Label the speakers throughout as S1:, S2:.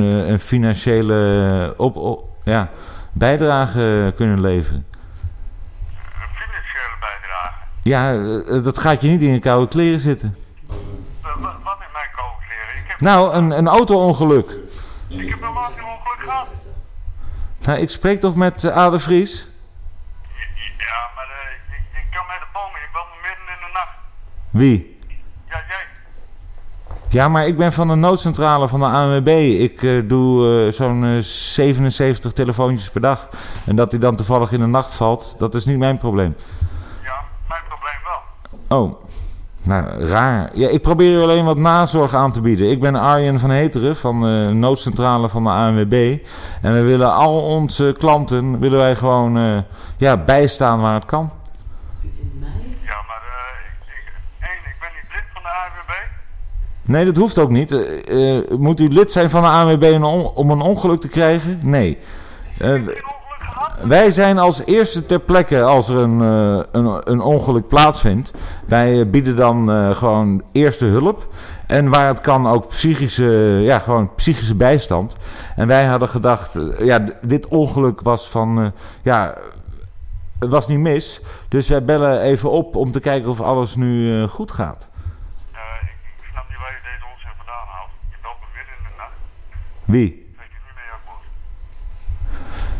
S1: een, een financiële eh, op, op- ja, bijdrage kunnen leveren.
S2: Een financiële bijdrage.
S1: Ja, eh, dat gaat je niet in je koude kleren zitten.
S2: Eh, wa- wat in mijn koude kleren? Ik heb,
S1: Nou, een, een auto-ongeluk.
S2: ik heb een een ongeluk gehad.
S1: Nou, ik spreek toch met eh, Ade Vries?
S2: Ja, maar eh, ik, ik kan met de bomen. Ik bel me midden in de nacht.
S1: Wie?
S2: Ja, jij.
S1: Ja, maar ik ben van de noodcentrale van de ANWB. Ik eh, doe eh, zo'n eh, 77 telefoontjes per dag. En dat die dan toevallig in de nacht valt, dat is niet mijn probleem.
S2: Ja, mijn probleem wel.
S1: Oh, nou, raar. Ja, ik probeer u alleen wat nazorg aan te bieden. Ik ben Arjen van Heteren van de noodcentrale van de ANWB. En we willen al onze klanten willen wij gewoon eh, ja, bijstaan waar het kan.
S2: Ja, maar eh, ik, ik, één, ik ben niet lid van de AWB.
S1: Nee, dat hoeft ook niet. Eh, eh, moet u lid zijn van de ANWB en on- om een ongeluk te krijgen? Nee. Eh,
S2: Geen ongeluk gehad?
S1: wij zijn als eerste ter plekke als er een, eh, een, een ongeluk plaatsvindt. Wij eh, bieden dan eh, gewoon eerste hulp. En waar het kan ook psychische, ja, gewoon psychische bijstand. En wij hadden gedacht, eh, ja, d- dit ongeluk was van, eh, ja, het was niet mis. Dus wij bellen even op om te kijken of alles nu eh, goed gaat.
S2: Ja, ik, ik snap niet waar je deze onzin vandaan haalt. Je belt me midden in de nacht.
S1: Wie?
S2: Ik weet niet meer, Jacob.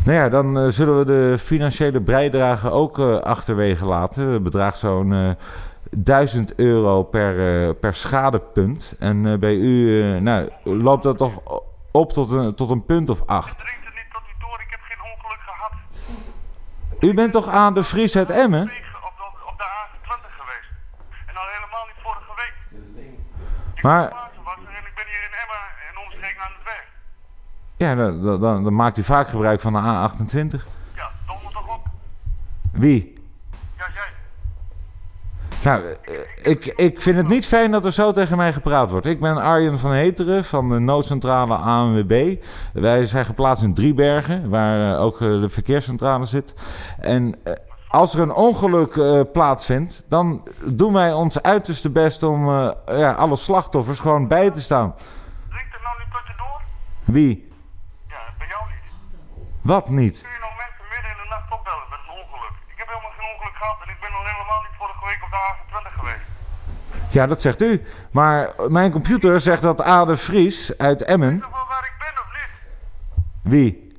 S1: Nou ja, dan eh, zullen we de financiële bijdrage ook eh, achterwege laten. Het bedraagt zo'n eh 1000 euro per, eh, per schadepunt. En eh, bij u eh, nou, loopt dat toch op tot een, tot een punt of acht.
S2: Drink het niet tot u door, ik heb geen ongeluk gehad.
S1: U bent toch aan de Vries het Emmen?
S2: Ik ben op, de- op de A20 geweest. En al helemaal niet vorige week.
S1: Maar
S2: Pasen was er en ik ben hier in Emma en omstreken aan het werk.
S1: ja, dan, dan, dan maakt u vaak gebruik van de A28.
S2: Ja, dom me toch op.
S1: Wie?
S2: Ja, jij.
S1: Nou, eh, ik, ik vind het niet fijn dat er zo tegen mij gepraat wordt. Ik ben Arjen van Heteren van de noodcentrale ANWB. Wij zijn geplaatst in Driebergen, waar eh, ook eh, de verkeerscentrale zit. En eh, als er een ongeluk eh, plaatsvindt, dan doen wij ons uiterste best om eh, ja, alle slachtoffers gewoon bij te staan.
S2: Drink het nou niet tot je door?
S1: Wie?
S2: Ja, bij jou niet.
S1: Wat niet?
S2: Kun je nog mensen midden in de nacht opbellen met een ongeluk? Ik heb helemaal geen ongeluk gehad en ik ben al helemaal niet vorige week op de A20 geweest.
S1: Ja, dat zegt u. Maar mijn computer zegt dat Ade Vries uit Emmen...
S2: Toch wel waar ik ben of niet?
S1: Wie?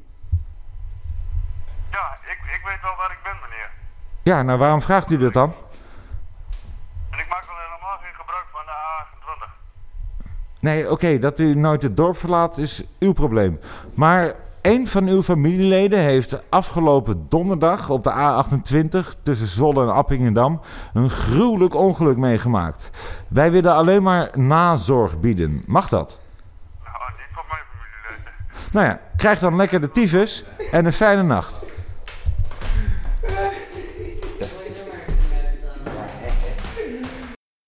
S2: Ja, ik, ik weet wel waar ik ben, meneer.
S1: Ja, nou waarom vraagt u dat dan?
S2: En ik maak al helemaal geen gebruik van de A28.
S1: Nee, oké, dat u nooit het dorp verlaat is uw probleem. Maar een van uw familieleden heeft afgelopen donderdag op de A28 tussen Zwolle en Appingedam een gruwelijk ongeluk meegemaakt. Wij willen alleen maar nazorg bieden. Mag dat?
S2: Nou, niet van mijn familieleden.
S1: Nou ja, krijg dan lekker de tyfus en een fijne nacht.